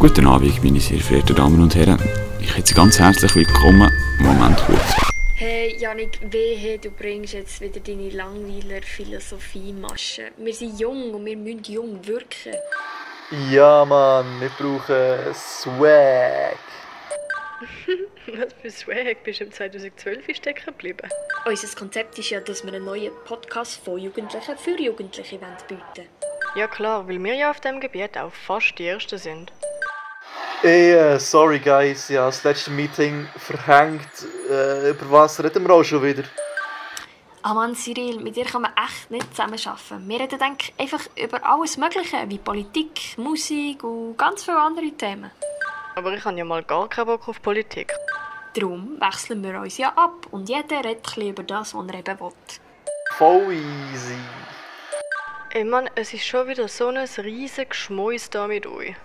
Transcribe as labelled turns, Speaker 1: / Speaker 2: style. Speaker 1: Guten Abend, meine sehr verehrten Damen und Herren. Ich heiße Sie ganz herzlich willkommen. Moment kurz.
Speaker 2: Hey Janik, wehe, du bringst jetzt wieder deine langweiler Philosophie-Masche. Wir sind jung und wir müssen jung wirken.
Speaker 3: Ja, Mann, wir brauchen Swag.
Speaker 4: Was für Swag bist du im 2012 stecken geblieben?
Speaker 2: Unser Konzept ist ja, dass wir einen neuen Podcast von Jugendlichen für Jugendliche wollen bieten
Speaker 4: Ja klar, weil wir ja auf dem Gebiet auch fast die Ersten sind.
Speaker 3: Ey, äh, sorry, guys, ja, das letzte Meeting verhängt. Äh, über was reden wir auch schon wieder?
Speaker 2: Ah Mann, Cyril, mit dir kann man echt nicht zusammenarbeiten. Wir reden denk einfach über alles Mögliche, wie Politik, Musik und ganz viele andere Themen.
Speaker 4: Aber ich habe ja mal gar keinen Bock auf Politik.
Speaker 2: Darum wechseln wir uns ja ab und jeder redet ein bisschen über das, was er eben will.
Speaker 3: Voll easy.
Speaker 4: Ey Mann, es ist schon wieder so ein riesiges Schmäus da mit euch.